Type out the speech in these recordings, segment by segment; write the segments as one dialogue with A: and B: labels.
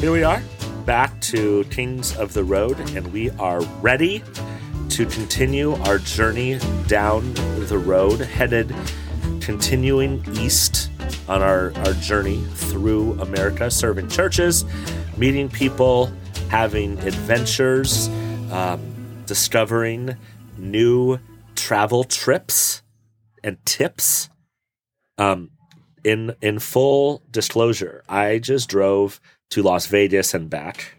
A: here we are back to Kings of the Road, and we are ready to continue our journey down the road, headed continuing east on our, our journey through America, serving churches, meeting people, having adventures, um, discovering new travel trips and tips. Um, in in full disclosure, I just drove to Las Vegas and back,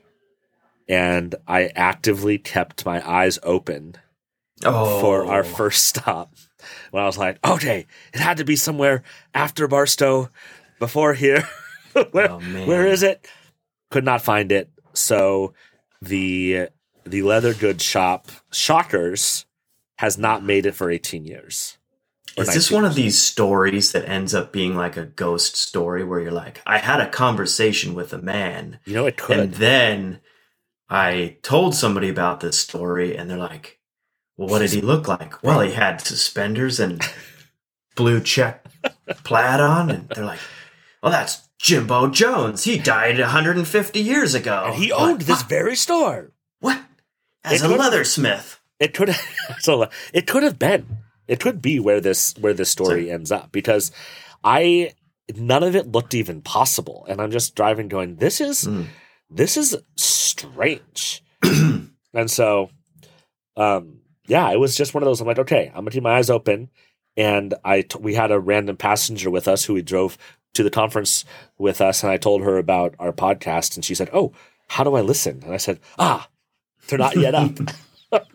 A: and I actively kept my eyes open for our first stop. When I was like, okay, it had to be somewhere after Barstow, before here. where,
B: Oh, man.
A: where is it? Could not find it. So the the leather goods shop Shockers has not made it for 18 years. Or
B: Is this
A: 19
B: one of these stories that ends up being like a ghost story where you're like, I had a conversation with a man,
A: You know it could.
B: and then I told somebody about this story, and they're like, Well, what did he look like? Well, he had suspenders and blue check plaid on, and they're like, Well, that's Jimbo Jones. He died 150 years ago.
A: and he owned
B: Like,
A: this
B: "Huh?
A: very store.
B: What? As
A: It
B: a
A: could-
B: leathersmith.
A: it could so it could have been it could be where this where this story ends up because i none of it looked even possible and i'm just driving going this is
B: Mm.
A: this is strange and so um yeah it was just one of those i'm like okay i'm gonna keep my eyes open and i t- we had a random passenger with us who we drove to the conference with us and i told her about our podcast and she said oh how do i listen and i said ah they're not yet up But-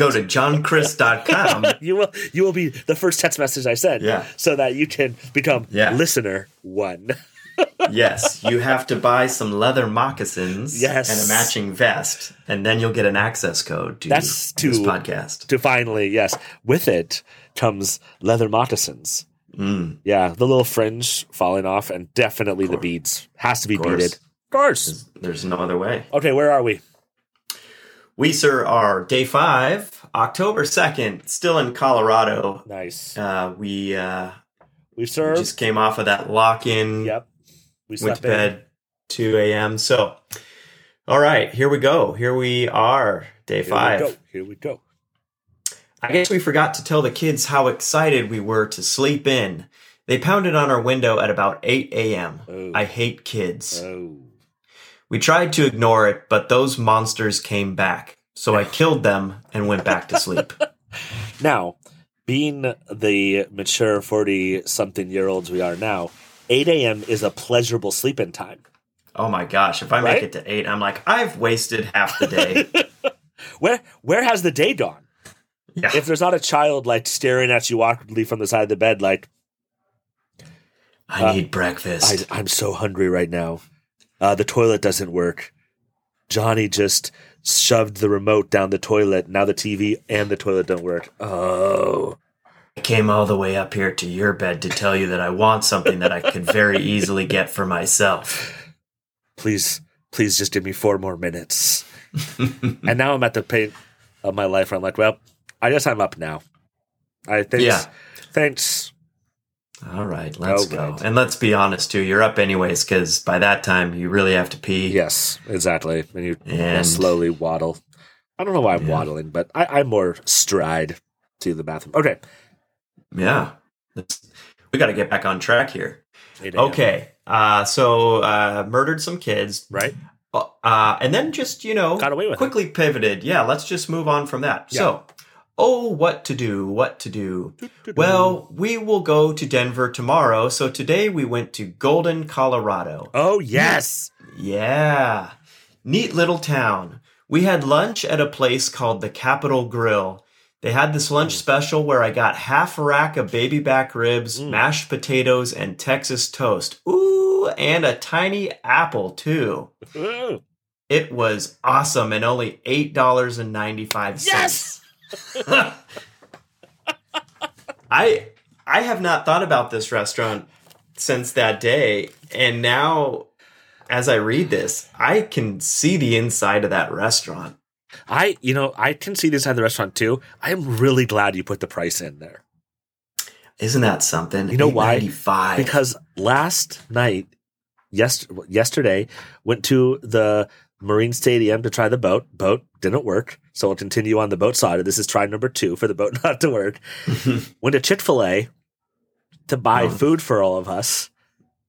B: Go to johnchris.com.
A: you will you will be the first text message I send.
B: Yeah.
A: So that you can become
B: Yeah.
A: listener one.
B: yes, you have to buy some leather moccasins
A: Yes.
B: and a matching vest, and then you'll get an access code to
A: That's
B: this
A: to-
B: podcast.
A: to finally, yes. With it comes leather moccasins.
B: Mm,
A: Yeah. The little fringe falling off and definitely the beads. Has to be
B: course.
A: beaded. Of course.
B: there's no other way.
A: Okay, where are we?
B: We, sir, are day five, October 2nd, still in Colorado.
A: Nice.
B: Uh, we, uh,
A: We
B: we
A: served.
B: just came off of that lock in,
A: yep. We
B: went
A: slept
B: to bed 2 a.m. So, all right, here we go. Here we are, day
A: in. Here
B: five.
A: We go. Here we go.
B: I guess we forgot to tell the kids how excited we were to sleep in. They pounded on our window at about 8 a.m.
A: Oh.
B: I hate kids.
A: Oh.
B: We tried to ignore it, but those monsters came back. So I killed them and went back to sleep.
A: Now, being the mature 40 something year olds we are now, 8 a.m. is a pleasurable sleep in time.
B: Oh my gosh, if I make
A: Right?
B: it to 8, I'm like, I've wasted half the day.
A: Where where has the day gone?
B: Yeah.
A: If there's not a child like staring at you awkwardly from the side of the bed, like uh,
B: I need
A: I,
B: breakfast.
A: I'm so hungry right now. Uh, the toilet doesn't work. Johnny just shoved the remote down the toilet. Now the TV and the toilet don't work. Oh,
B: I came all the way up here to your bed to tell you that I want something that I could very easily get for myself.
A: please, please just give me four more minutes. and now I'm at the point of my life where I'm like, well, I guess I'm up now. I thanks,
B: Yeah.
A: thanks.
B: All right, let's
A: All
B: go.
A: right.
B: And let's be honest too, you're up anyways because by that time you really have to pee.
A: Yes, exactly. And you
B: And-
A: slowly waddle. I don't know why I'm
B: Yeah.
A: waddling, but I, I more stride to the bathroom. Okay.
B: yeah. Let's- we got to get back on track here.
A: 8 a.m.,
B: Okay, uh, so uh, murdered some kids,
A: Right?
B: uh, and then just you know
A: Got away with it.
B: quickly pivoted. Yeah, let's just move on from that.
A: Yeah.
B: So, oh, what to do? What to do? Well, we will go to Denver tomorrow. So today we went to Golden, Colorado.
A: Oh, yes.
B: Yeah. Neat little town. We had lunch at a place called the Capitol Grill. They had this lunch special where I got half a rack of baby back ribs, mashed potatoes, and Texas toast. Ooh, and a tiny apple too.
A: Ooh.
B: It was awesome and only $8.95.
A: Yes.
B: I I have not thought about this restaurant since that day, and now as I read this, I can see the inside of that restaurant.
A: I, you know, I can see this at the restaurant too. I am really glad you put the price in there
B: Isn't that something?
A: You know why?
B: Five.
A: because last night yes, yesterday went to the Marine Stadium to try the boat. Boat didn't work, so we'll continue on the boat side. This is try number two for the boat not to work. went to Chick Fil A to buy
B: Oh.
A: food for all of us,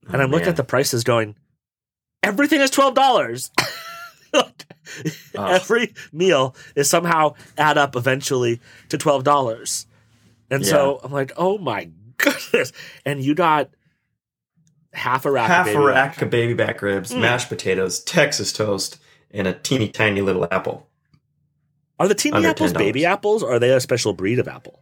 A: and
B: Oh,
A: I'm looking
B: man.
A: at the prices, going, everything is twelve dollars.
B: Oh.
A: Every meal is somehow add up eventually to twelve dollars, and so I'm like, oh my goodness! And you got half a rack,
B: half
A: of
B: a
A: baby Mm.
B: rack of baby back ribs, mashed potatoes, Texas toast, and a teeny tiny little apple.
A: Are the teeny
B: Under
A: apples
B: $10.
A: baby apples, or are they a special breed of apple?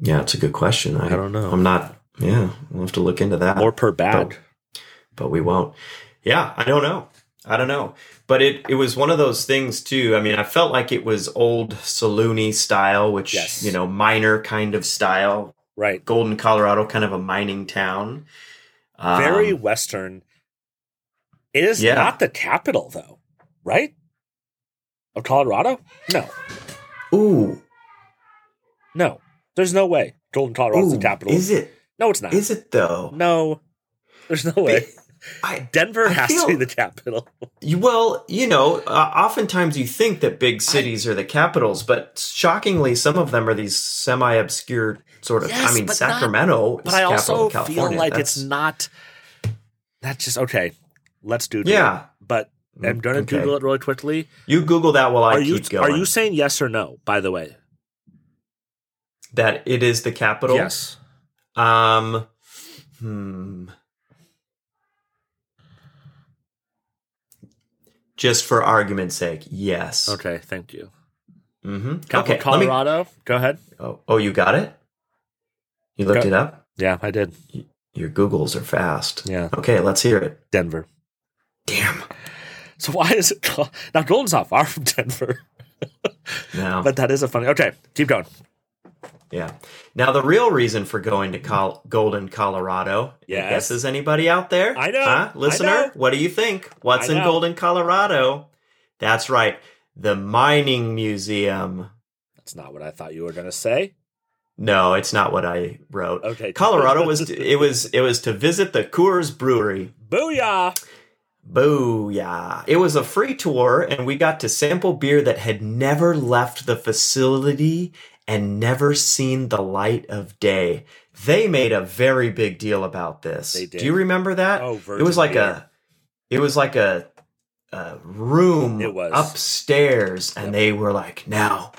B: Yeah, it's a good question. I,
A: don't know.
B: I'm not. Yeah, we'll have to look into that.
A: More per bag.
B: But- but we won't. Yeah, I don't know. I don't know. But it, it was one of those things too. I mean, I felt like it was old saloony style, which
A: Yes.
B: you know, miner kind of style.
A: Right.
B: Golden, Colorado, kind of a mining town. Um,
A: Very Western. It is
B: yeah.
A: not the capital, though, right? Of Colorado? No.
B: Ooh,
A: No. There's no way Golden, Colorado is
B: ooh,
A: the capital.
B: is it?
A: No, it's not.
B: Is it though?
A: no. There's no way.
B: I
A: Denver
B: I
A: has to be
B: feel-
A: the capital.
B: You- Well, you know, uh, oftentimes you think that big cities are the capitals, but shockingly, some of them are these semi-obscure sort of.
A: Yes,
B: I mean,
A: but not-
B: Sacramento. is
A: But I
B: capital of
A: also feel
B: California.
A: like
B: That's-
A: it's not. That's just okay. Let's do
B: Yeah. Mm,
A: But I'm going to
B: Okay.
A: Google it really quickly.
B: You Google that while I
A: are you
B: keep going.
A: are you saying yes or no? By the way,
B: that it is the capital?
A: yes.
B: Um. Hmm. Just for argument's sake, yes.
A: Okay, thank you.
B: Mm-hmm.
A: Capital
B: okay. Let me.
A: Colorado. Go ahead.
B: Oh, oh, you got it. You looked
A: Go-
B: it up.
A: Yeah, I did.
B: Your Googles are fast.
A: Yeah,
B: Okay, let's hear it.
A: Denver.
B: Damn.
A: So why is it called now? Golden's not far from Denver,
B: Now,
A: but that is a funny. Okay, keep going.
B: yeah. Now, the real reason for going to Col- Golden, Colorado.
A: Yes.
B: Guesses anybody out there?
A: I know.
B: Huh?
A: I
B: Listener,
A: know.
B: what do you think? What's
A: I
B: in
A: know.
B: Golden, Colorado? That's right. The Mining Museum.
A: That's not what I thought you were going to say.
B: No, it's not what I wrote.
A: Okay,
B: Colorado was it was it was to visit the Coors Brewery.
A: booyah.
B: Booyah. It was a free tour, and we got to sample beer that had never left the facility and never seen the light of day. They made a very big deal about this.
A: They did.
B: Do you remember that?
A: Oh,
B: it was
A: virgin
B: like
A: beer.
B: a it was like a a room
A: It was.
B: upstairs and
A: Yep.
B: they were like, now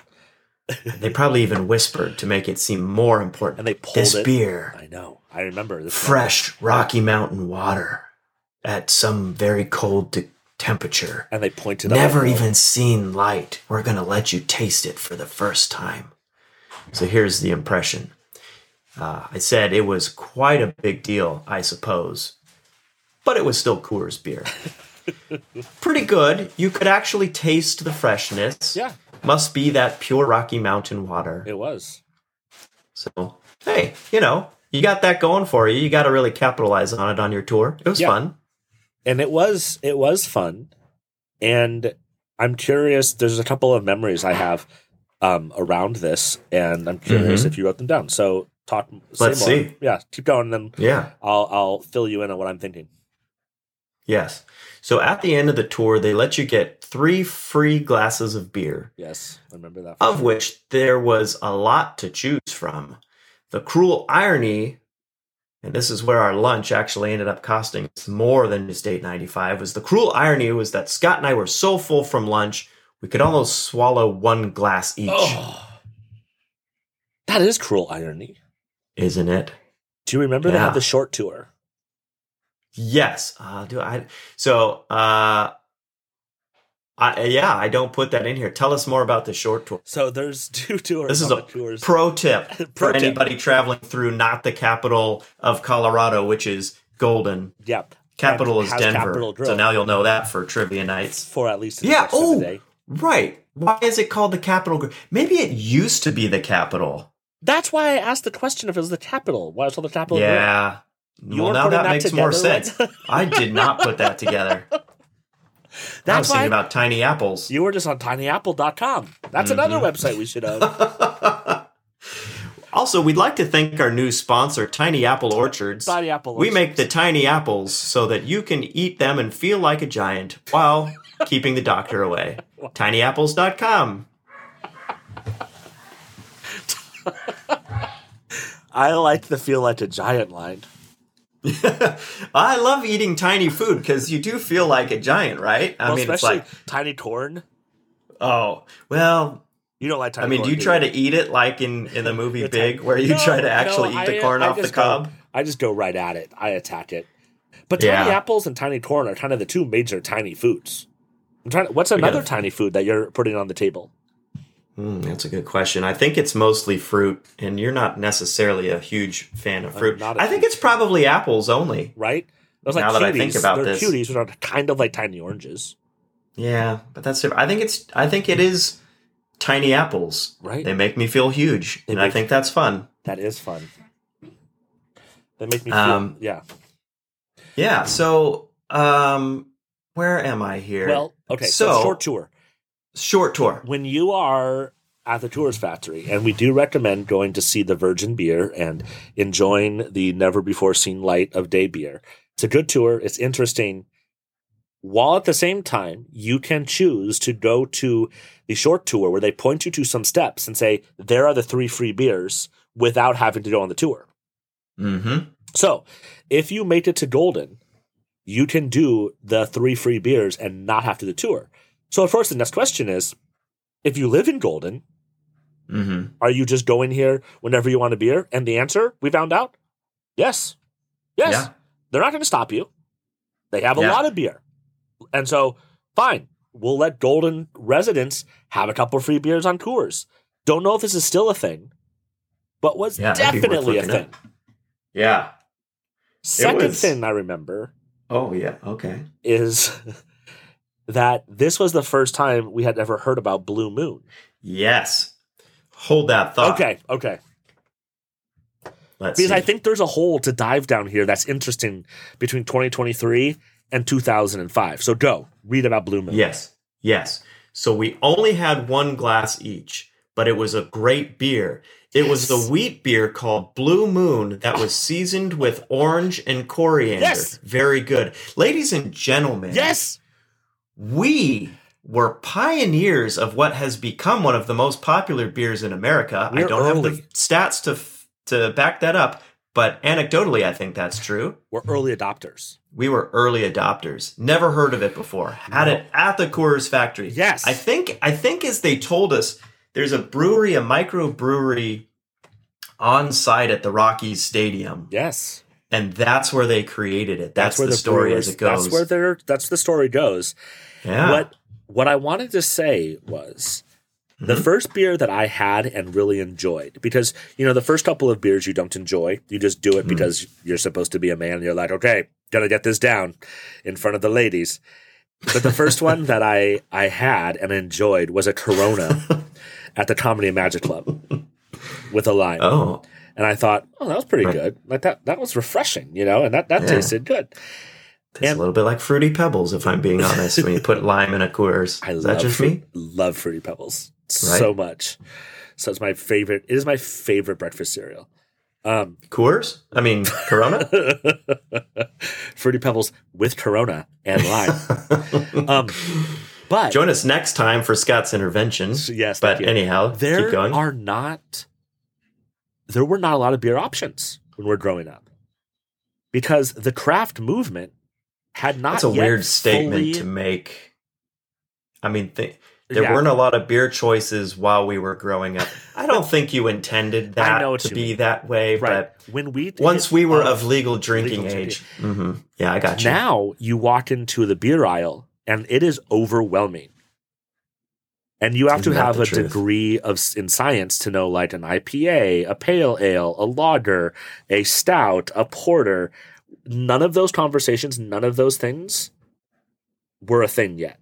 B: they probably even whispered to make it seem more important.
A: and they pulled
B: this
A: it.
B: beer
A: I know. I remember this.
B: fresh Rocky Mountain water at some very cold t- temperature.
A: And they pointed.
B: Never
A: up
B: even seen light. We're going to let you taste it for the first time. So here's the impression. Uh, I said it was quite a big deal, I suppose, but it was still Coors beer. Pretty good. You could actually taste the freshness.
A: Yeah.
B: Must be that pure Rocky Mountain water.
A: It was.
B: So, hey, you know, you got that going for you. You got to really capitalize on it on your tour. It was
A: Yeah.
B: fun.
A: and it was it was fun and i'm curious there's a couple of memories i have um around this and i'm curious
B: Mhm.
A: if you wrote them down so talk say
B: Let's
A: more.
B: see.
A: yeah keep going then
B: Yeah.
A: i'll i'll fill you in on what i'm thinking
B: Yes. So at the end of the tour, they let you get three free glasses of beer,
A: yes I remember that
B: of which there was a lot to choose from. The cruel irony, and this is where our lunch actually ended up costing us more than just eight ninety five, was the cruel irony was that Scott and I were so full from lunch we could almost swallow one glass each,
A: oh, that is cruel irony
B: isn't it?
A: do you remember they
B: Yeah.
A: had the short tour
B: Yes. Uh, do I? So, uh, I, yeah, I don't put that in here. Tell us more about the short tour.
A: so there's two tours
B: This is
A: on
B: a
A: the tours
B: Pro tip
A: Pro
B: for
A: tip.
B: anybody traveling through not the capital of Colorado, which is Golden.
A: yeah
B: Capital
A: And
B: is
A: has
B: Denver.
A: Capital Grill.
B: so now you'll know that for trivia nights.
A: for at least the
B: Yeah,
A: rest of the
B: oh.
A: day.
B: Right. Why is it called the capital? Gr- Maybe it used to be the capital.
A: that's why i asked the question if it was the capital why it's called the capital of Europe.
B: yeah.
A: You
B: well,
A: weren't
B: now
A: putting
B: that,
A: that
B: makes more
A: together,
B: sense. I did not put that together. I was
A: that's
B: thinking
A: why
B: about tiny apples. Mm-hmm.
A: You were just on tinyapple.com. That's another website we should have.
B: I Also, we'd like to thank our new sponsor, Tiny Apple Orchards.
A: Tiny Apple
B: We make the tiny apples so that you can eat them and feel like a giant while keeping the doctor away. Tinyapples.com.
A: I like the feel like a giant line.
B: I love eating tiny food because you do feel like a giant, right? I
A: Well,
B: mean, it's
A: especially
B: like,
A: tiny corn.
B: oh, well,
A: You don't like tiny.
B: I mean, do
A: corn,
B: you try
A: you?
B: to eat it like in, in the movie
A: It's
B: Big,
A: like-
B: where you
A: No,
B: try to
A: no,
B: actually eat the
A: I-
B: corn
A: I
B: off the
A: just go-
B: cob?
A: I just go right at it. I attack it. But
B: Yeah.
A: tiny apples and tiny corn are kind of the two major tiny foods. I'm trying. To, what's
B: gotta-
A: another tiny food that you're putting on the table?
B: Mm, that's a good question. I think it's mostly fruit, and you're not necessarily a huge fan of fruit.
A: not a
B: I think
A: huge-
B: it's probably apples only.
A: Right? Those like
B: Now
A: cuties.
B: that I think about
A: they're
B: this.
A: cuties, which are kind of like tiny oranges.
B: Yeah, but that's different. I think it's I think it is tiny apples.
A: Right.
B: They make me feel huge, and I
A: make-
B: think that's fun.
A: That is fun. They make me feel.
B: Um,
A: yeah.
B: Yeah. So, um, where am I here?
A: Well, okay. So,
B: so-
A: short tour.
B: short tour.
A: When you are at the Tourist Factory, and we do recommend going to see the Virgin Beer and enjoying the never before seen light of day beer. It's a good tour. It's interesting. While at the same time, you can choose to go to the short tour where they point you to some steps and say, there are the three free beers without having to go on the tour.
B: Mm-hmm.
A: So, if you make it to Golden, you can do the three free beers and not have to do the tour. So, of course, the next question is if you live in Golden,
B: Mm-hmm.
A: are you just going here whenever you want a beer? And the answer we found out yes. Yes.
B: Yeah.
A: They're not going to stop you. They have a
B: Yeah.
A: lot of beer. And so, fine, we'll let Golden residents have a couple free beers on tours. Don't know if this is still a thing, but was
B: Yeah, that'd be worth
A: definitely a
B: looking
A: thing.
B: at. Yeah.
A: Second
B: was-
A: thing I remember
B: Oh yeah. Okay.
A: is that this was the first time we had ever heard about Blue Moon.
B: Yes. Hold that thought.
A: Okay, okay.
B: Let's
A: Because
B: Ah,
A: I
B: see.
A: think there's a hole to dive down here that's interesting between 2023 and 2005. So go read about Blue Moon.
B: Yes. Yes. So we only had one glass each, but it was a great beer. It was
A: Yes.
B: a wheat beer called Blue Moon that was seasoned with orange and coriander.
A: Yes.
B: Very good. Ladies and gentlemen,
A: Yes.
B: we were pioneers of what has become one of the most popular beers in America.
A: We're
B: I don't have
A: early.
B: the stats to f- to back that up, but anecdotally I think that's true.
A: We're early adopters.
B: We were early adopters. Never heard of it before. Had it at the Coors factory.
A: Yes.
B: I think I think as they told us, there's a brewery, a microbrewery on site at the Rockies Stadium.
A: Yes.
B: And that's where they created it. That's, the, story
A: brewers-
B: as it goes.
A: That's where they're, that's the story goes.
B: yeah.
A: What what I wanted to say was the
B: Mm-hmm.
A: first beer that I had and really enjoyed because you know the first couple of beers you don't enjoy you just do it
B: Mm.
A: because you're supposed to be a man and you're like okay gotta get this down in front of the ladies but the first one that I I had and enjoyed was a Corona at the Comedy and Magic Club with a lime
B: Oh.
A: and I thought oh that was pretty
B: Right.
A: good like that that was refreshing you know and that that
B: Yeah.
A: tasted good
B: It's a little bit like Fruity Pebbles, if I'm being honest, when you put lime in a Coors.
A: I love
B: Is that just
A: fruit,
B: me?
A: love fruity pebbles so much. So it's my favorite. It is my favorite breakfast cereal. Um,
B: Coors? I mean, Corona?
A: fruity pebbles with Corona and lime. um, but
B: Join us next time for Scott's intervention.
A: yes,
B: But
A: thank you.
B: anyhow, keep
A: there
B: going.
A: are not. There were not a lot of beer options when we we're growing up, because the craft movement had not.
B: That's a
A: yet
B: weird statement
A: fully-
B: to make. I mean, th- there
A: Yeah.
B: weren't a lot of beer choices while we were growing up. I don't think you intended that
A: know what
B: to
A: you
B: be
A: mean.
B: that way,
A: right when we
B: but once we were
A: of.
B: of legal drinking
A: drinking.
B: age, hmm yeah, I got you.
A: Now you walk into the beer aisle and it is overwhelming. And you have
B: Isn't
A: to
B: that
A: have
B: the
A: a
B: truth?
A: degree of s- in science to know like an IPA, a pale ale, a lager, a stout, a porter. None of those conversations, none of those things were a thing yet.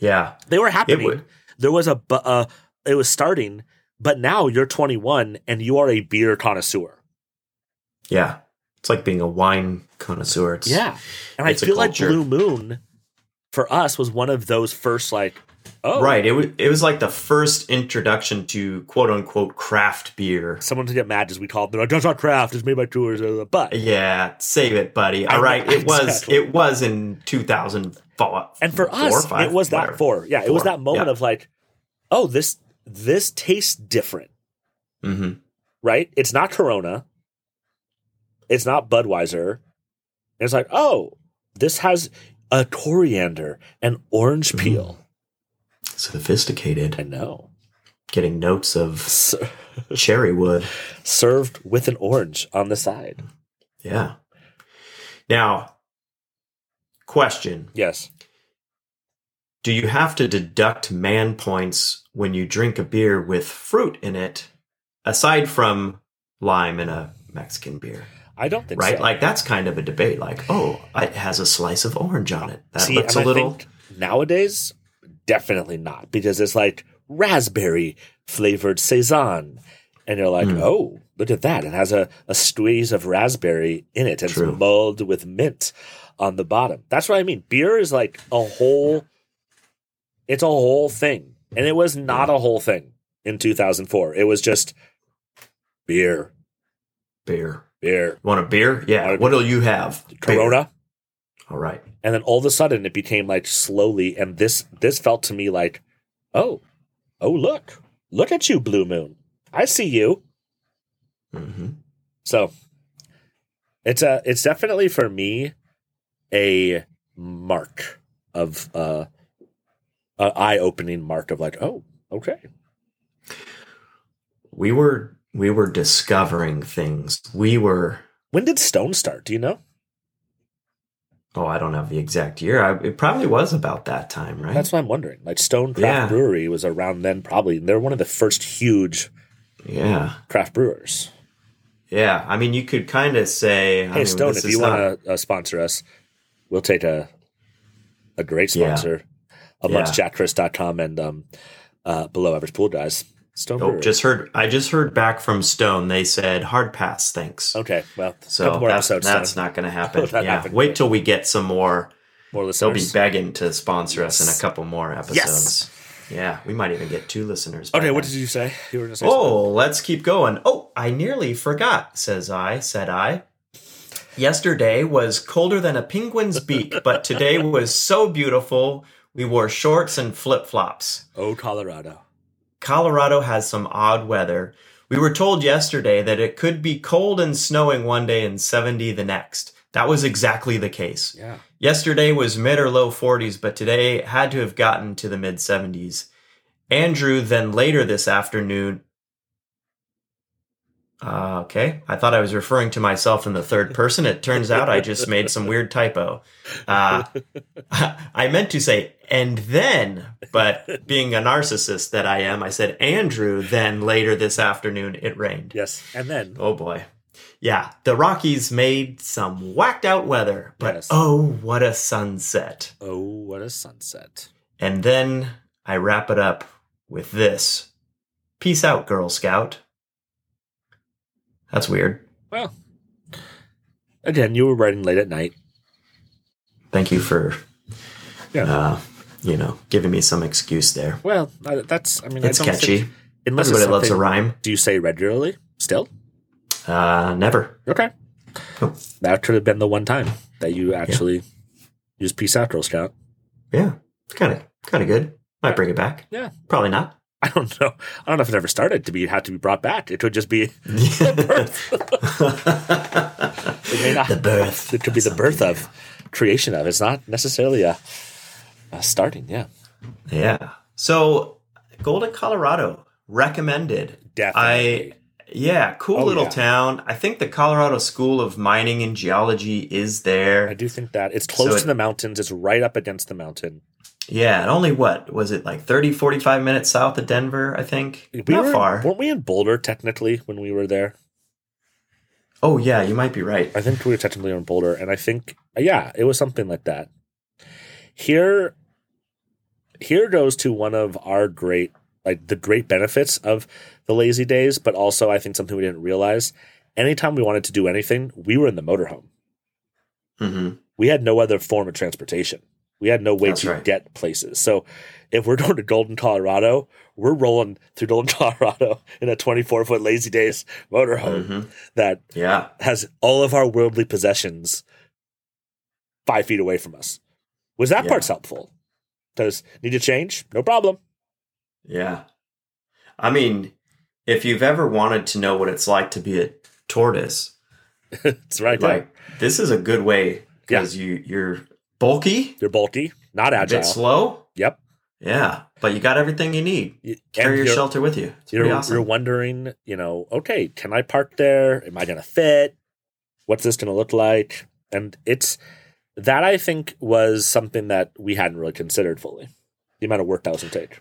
B: yeah,
A: They were happening.
B: would-
A: There was a bu- uh, it was starting, but now you're 21 and you are a beer connoisseur.
B: yeah, it's like being a wine connoisseur. It's,
A: Yeah. And I
B: it's a
A: feel like
B: culture.
A: Blue Moon for us was one of those first like Oh,
B: Right. It was it was like the first introduction to quote unquote craft beer.
A: Someone to get mad as we called them. That's not craft. It's made by tours. But
B: Yeah, save it, buddy. All right. It was
A: Exactly.
B: it was in 2004.
A: and for
B: four,
A: us,
B: five,
A: it was
B: whatever.
A: that four. Yeah, it was
B: Four,
A: that moment
B: yeah.
A: of like, oh, this this tastes different,
B: Mhm.
A: right? It's not Corona. It's not Budweiser. And it's like, oh, this has a coriander and orange
B: Mm-hmm.
A: peel. I
B: Sophisticated,
A: know.
B: getting notes of
A: S-
B: cherry wood.
A: served with an orange on the side.
B: Yeah. Now, question:
A: Yes.
B: Do you have to deduct man points when you drink a beer with fruit in it, aside from lime in a Mexican beer?
A: I don't think
B: Right?
A: so.
B: Like, that's kind of a debate. Like, oh, it has a slice of orange on it. That
A: See,
B: looks a
A: and I
B: little.
A: think nowadays, definitely not because it's like raspberry flavored saison, and you're like,
B: Mm.
A: oh, look at that! It has a a squeeze of raspberry in it, and
B: True.
A: it's mulled with mint on the bottom. That's what I mean. Beer is like a whole. It's a whole thing, and it was not a whole thing in 2004. It was just beer,
B: beer.
A: beer,
B: Want a beer? Yeah.
A: Want a
B: What do you have? Beer.
A: Corona.
B: All right.
A: and then all of a sudden it became like slowly and this this felt to me like oh oh look look at you blue moon i see you
B: hmm
A: so it's a it's definitely for me a mark of uh an eye-opening mark of like oh okay
B: We were we were discovering things. We were.
A: when did stone start do you know
B: Oh, I don't have the exact year. I, it probably was about that time, right?
A: that's what i'm wondering like stone craft
B: Yeah.
A: brewery was around then probably and they're one of the first huge
B: yeah.
A: craft brewers
B: Yeah, I mean, you could kind of say, I
A: Hey
B: mean,
A: Stone,
B: this
A: if
B: is
A: you
B: not-
A: want to uh, sponsor us, we'll take a a great
B: Yeah.
A: sponsor amongst jackchris.com and um, uh, below average pool guys. Stone
B: Oh,
A: Brewery.
B: just heard. I just heard back from Stone. They said hard pass. Thanks.
A: okay. Well, a
B: So
A: couple more
B: that's,
A: episodes.
B: that's
A: Stone.
B: not going to happen.
A: That
B: yeah,
A: happened.
B: wait till we get some more.
A: more
B: They'll be
A: listeners.
B: begging to sponsor us in a couple more episodes. Yeah, we might even get two listeners. by
A: okay, what
B: then.
A: did you say? You were going to say something.
B: Oh, let's keep going. Oh, I nearly forgot, says I, said I. Yesterday was colder than a penguin's beak, but today was so beautiful. We wore shorts and flip flops.
A: oh, Colorado.
B: Colorado has some odd weather. We were told yesterday that it could be cold and snowing one day and 70 the next. That was exactly the case.
A: Yeah.
B: Yesterday was mid or low 40s, but today had to have gotten to the mid 70s. Andrew then later this afternoon. Uh, okay, I thought I was referring to myself in the third person. It turns out I just made some weird typo. Uh, I meant to say and then, but being a narcissist that I am, I said Andrew. Then later this afternoon, it rained.
A: Yes. And then
B: Oh boy. Yeah, the Rockies made some whacked out weather, but
A: Yes.
B: oh, what a sunset.
A: oh, what a sunset.
B: And then I wrap it up with this Peace out, Girl Scout. That's weird.
A: Well, again, you were writing late at night.
B: Thank you for,
A: Yeah.
B: uh, you know, giving me some excuse there.
A: well, I, that's. I mean,
B: It's
A: I don't
B: catchy.
A: Think, unless it's
B: Everybody loves a
A: something-
B: rhyme.
A: Do you say regularly still?
B: Uh, never.
A: Okay.
B: Cool.
A: That could have been the one time that you actually used Peace Out Girl Scout.
B: Yeah, it's kind of kind of good. Might bring it back.
A: Yeah.
B: Probably not.
A: I don't know. I don't know if it ever started to be had to be brought back. It could just be may not.
B: the birth.
A: it could be the birth of creation of. It's not necessarily a, a starting, yeah.
B: Yeah. So, Golden, Colorado, recommended.
A: Definitely.
B: I yeah, cool
A: Oh,
B: little
A: yeah.
B: town. I think the Colorado School of Mining and Geology is
A: I
B: there.
A: do think that it's close
B: So it-
A: to the mountains. It's right up against the mountain.
B: Yeah, and only what was it like 30 45 minutes south of Denver, I think.
A: We
B: Not
A: were-
B: far.
A: Weren't we in Boulder technically when we were there?
B: oh yeah, you might be right.
A: I think we were technically in Boulder, and I think yeah, it was something like that. Here, here goes to one of our great like the great benefits of the lazy days, but also I think something we didn't realize. Anytime we wanted to do anything, we were in the motorhome.
B: Mhm.
A: We had no other form of transportation. We had no way
B: That's
A: to
B: right.
A: get places. So if we're going to Golden, Colorado, we're rolling through Golden, Colorado in a 24 foot Lazy Days
B: Mm.
A: motorhome that
B: mm-hmm. Yeah.
A: has all of our worldly possessions five feet away from us. Was that
B: Yeah.
A: part's helpful? Does need to change? No problem.
B: Yeah. I mean, if you've ever wanted to know what it's like to be a tortoise,
A: It's right there.
B: like this is a good way because you you're bulky,
A: You're bulky, not
B: a bit
A: agile.
B: slow.
A: Yep.
B: Yeah, but you got everything you need.
A: You- and
B: Carry your
A: you're-
B: shelter with you. It's pretty
A: You're,
B: awesome.
A: you're wondering, you know, okay, can I park there? Am I going to fit? What's this going to look like? And it's that I think was something that we hadn't really considered fully. The amount of work that was going to take.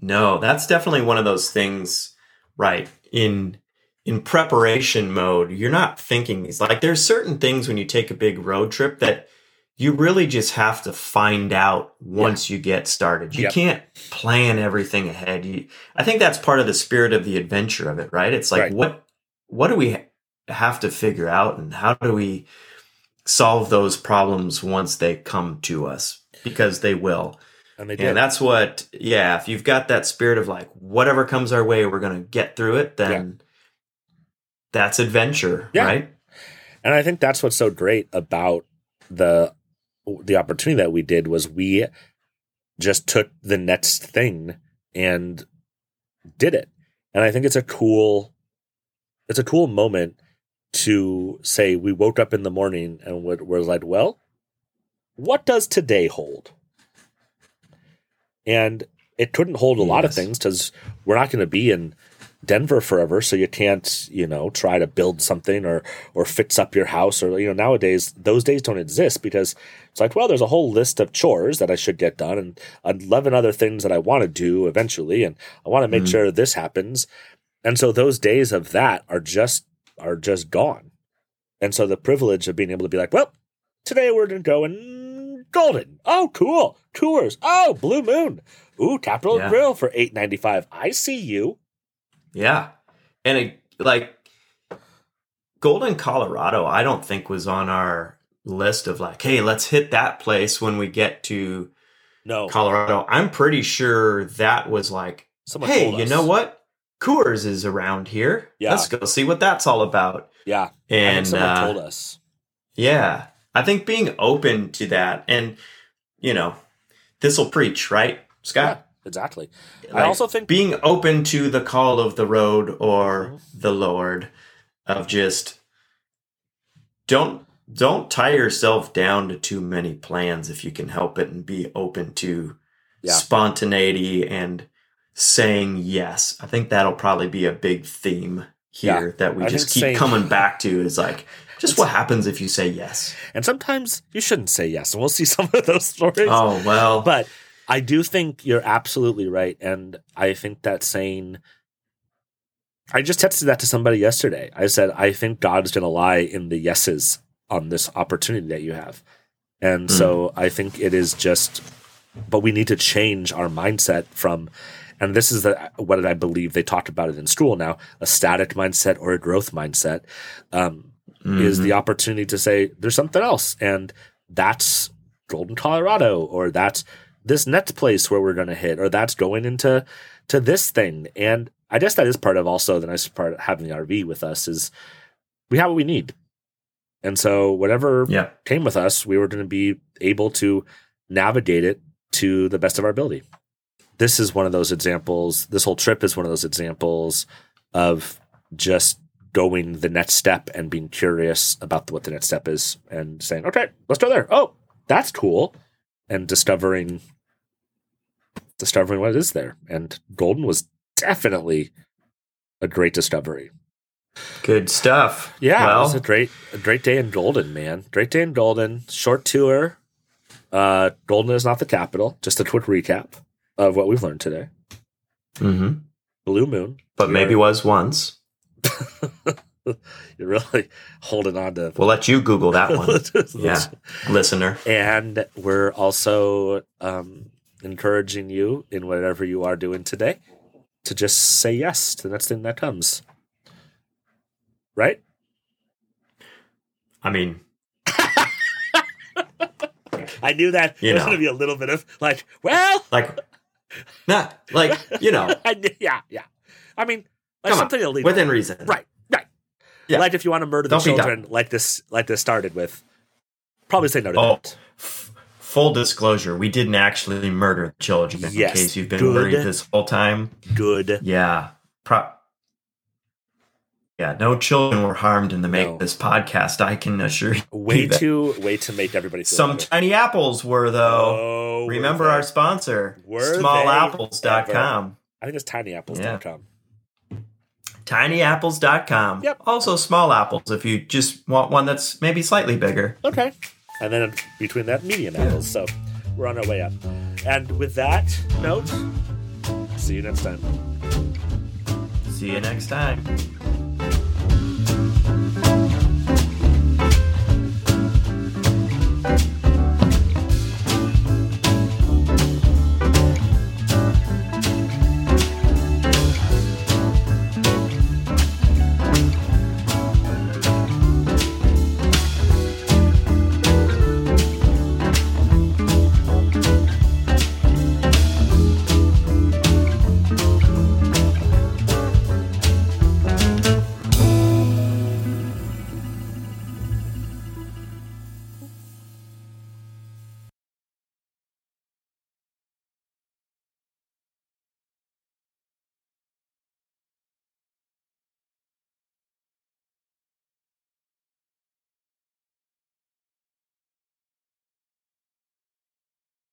B: No, that's definitely one of those things, right? In in preparation mode, you're not thinking these. Like there's certain things when you take a big road trip that you really just have to find out once you get started. You
A: Yep.
B: can't plan everything ahead. You, I think that's part of the spirit of the adventure of it, right? It's like
A: Right.
B: what what do we ha- have to figure out and how do we solve those problems once they come to us? Because they will.
A: And they did.
B: Yeah, that's what. Yeah, if you've got that spirit of like whatever comes our way, we're gonna get through it. Then that's adventure,
A: Yeah.
B: right?
A: And I think that's what's so great about the the opportunity that we did was we just took the next thing and did it. And I think it's a cool it's a cool moment to say we woke up in the morning and we're, we're like, well, what does today hold? And it couldn't hold a lot of
B: Yes.
A: things because we're not going to be in Denver forever, so you can't, you know, try to build something or or fix up your house or you know nowadays those days don't exist because it's like well there's a whole list of chores that I should get done and eleven other things that I want to do eventually and I want to make
B: Mhm.
A: sure this happens and so those days of that are just are just gone and so the privilege of being able to be like well today we're going to go and golden oh cool tours oh blue moon ooh capital
B: Yeah.
A: grill for 895 i see you
B: Yeah, and it, like Golden, Colorado, I don't think was on our list of like, hey, let's hit that place when we get to
A: no
B: Colorado. I'm pretty sure that was like,
A: someone
B: hey,
A: told
B: you
A: us.
B: know what? Coors is around here.
A: Yeah.
B: Let's go see what that's all about.
A: yeah i
B: And
A: think someone
B: uh,
A: told us
B: Yeah. I think being open to that and you know, this will preach, right? Scott?
A: exactly. I
B: Like,
A: also think
B: being open to the call of the road or
A: Mm-hmm.
B: the Lord of just don't don't tie yourself down to too many plans if you can help it and be open to
A: Yeah.
B: spontaneity and saying yes. I think that'll probably be a big theme
A: Yeah.
B: here that we
A: I
B: just
A: think
B: keep
A: saying-
B: coming back to is like just what happens if you say yes.
A: and sometimes you shouldn't say yes, and we'll see some of those stories.
B: Oh well.
A: But I do think you're absolutely right, and I think that saying I just texted that to somebody yesterday. I said, I think God's going to lie in the yeses on this opportunity that you have. And so I think it is just, but we need to change our mindset from, and this is the, what I believe they talked about it in school now a static mindset or a growth mindset um,
B: mm,
A: is the opportunity to say, there's something else. And that's Golden, Colorado, or that's this next place where we're going to hit, or that's going into to this thing. And I guess that is part of also the nice part of having the RV with us is we have what we need. And so whatever
B: yeah.
A: came with us, we were going to be able to navigate it to the best of our ability. This is one of those examples. This whole trip is one of those examples of just going the next step and being curious about what the next step is and saying, okay, let's go there. Oh, that's cool. And discovering discovering what is there. And Golden was definitely a great discovery.
B: Good stuff.
A: Yeah, it was
B: Well,
A: a great, a great day in Golden, man. Great day in Golden. Short tour. Uh, Golden is not the capital. Just a quick recap of what we've learned today.
B: mhm.
A: Blue Moon.
B: but maybe was once.
A: You're really holding on to.
B: We'll let you Google that one, Yeah. listener.
A: And we're also um, encouraging you in whatever you are doing today to just say yes to the next thing that comes. Right?
B: I mean, like
A: I knew that
B: You
A: there was
B: know.
A: going to be a little bit of like, well,
B: like nah, like you know
A: I knew- yeah, yeah. I mean, like
B: come
A: something
B: on,
A: illegal,
B: within reason
A: right? Right.
B: Yeah.
A: Like if you want to murder the
B: Don't be dumb.
A: children, like this, like this started with, probably say no to
B: oh
A: that.
B: f- full disclosure we didn't actually murder the children
A: Yes,
B: in case you've been
A: good.
B: worried this whole time
A: Good.
B: yeah pro- yeah no children were harmed in the make
A: No.
B: of this podcast i can assure you
A: Way
B: that.
A: to way to make everybody feel
B: some
A: better.
B: tiny apples were though
A: Oh, were
B: remember
A: they-
B: our sponsor
A: Were they
B: smallapples.com
A: I think it's tinyapples.com.
B: tinyapples.com
A: Yep.
B: also small apples if you just want one that's maybe slightly bigger
A: Okay. And then between that, medium apples. So we're on our way up. And with that note, see you next time.
B: see you next time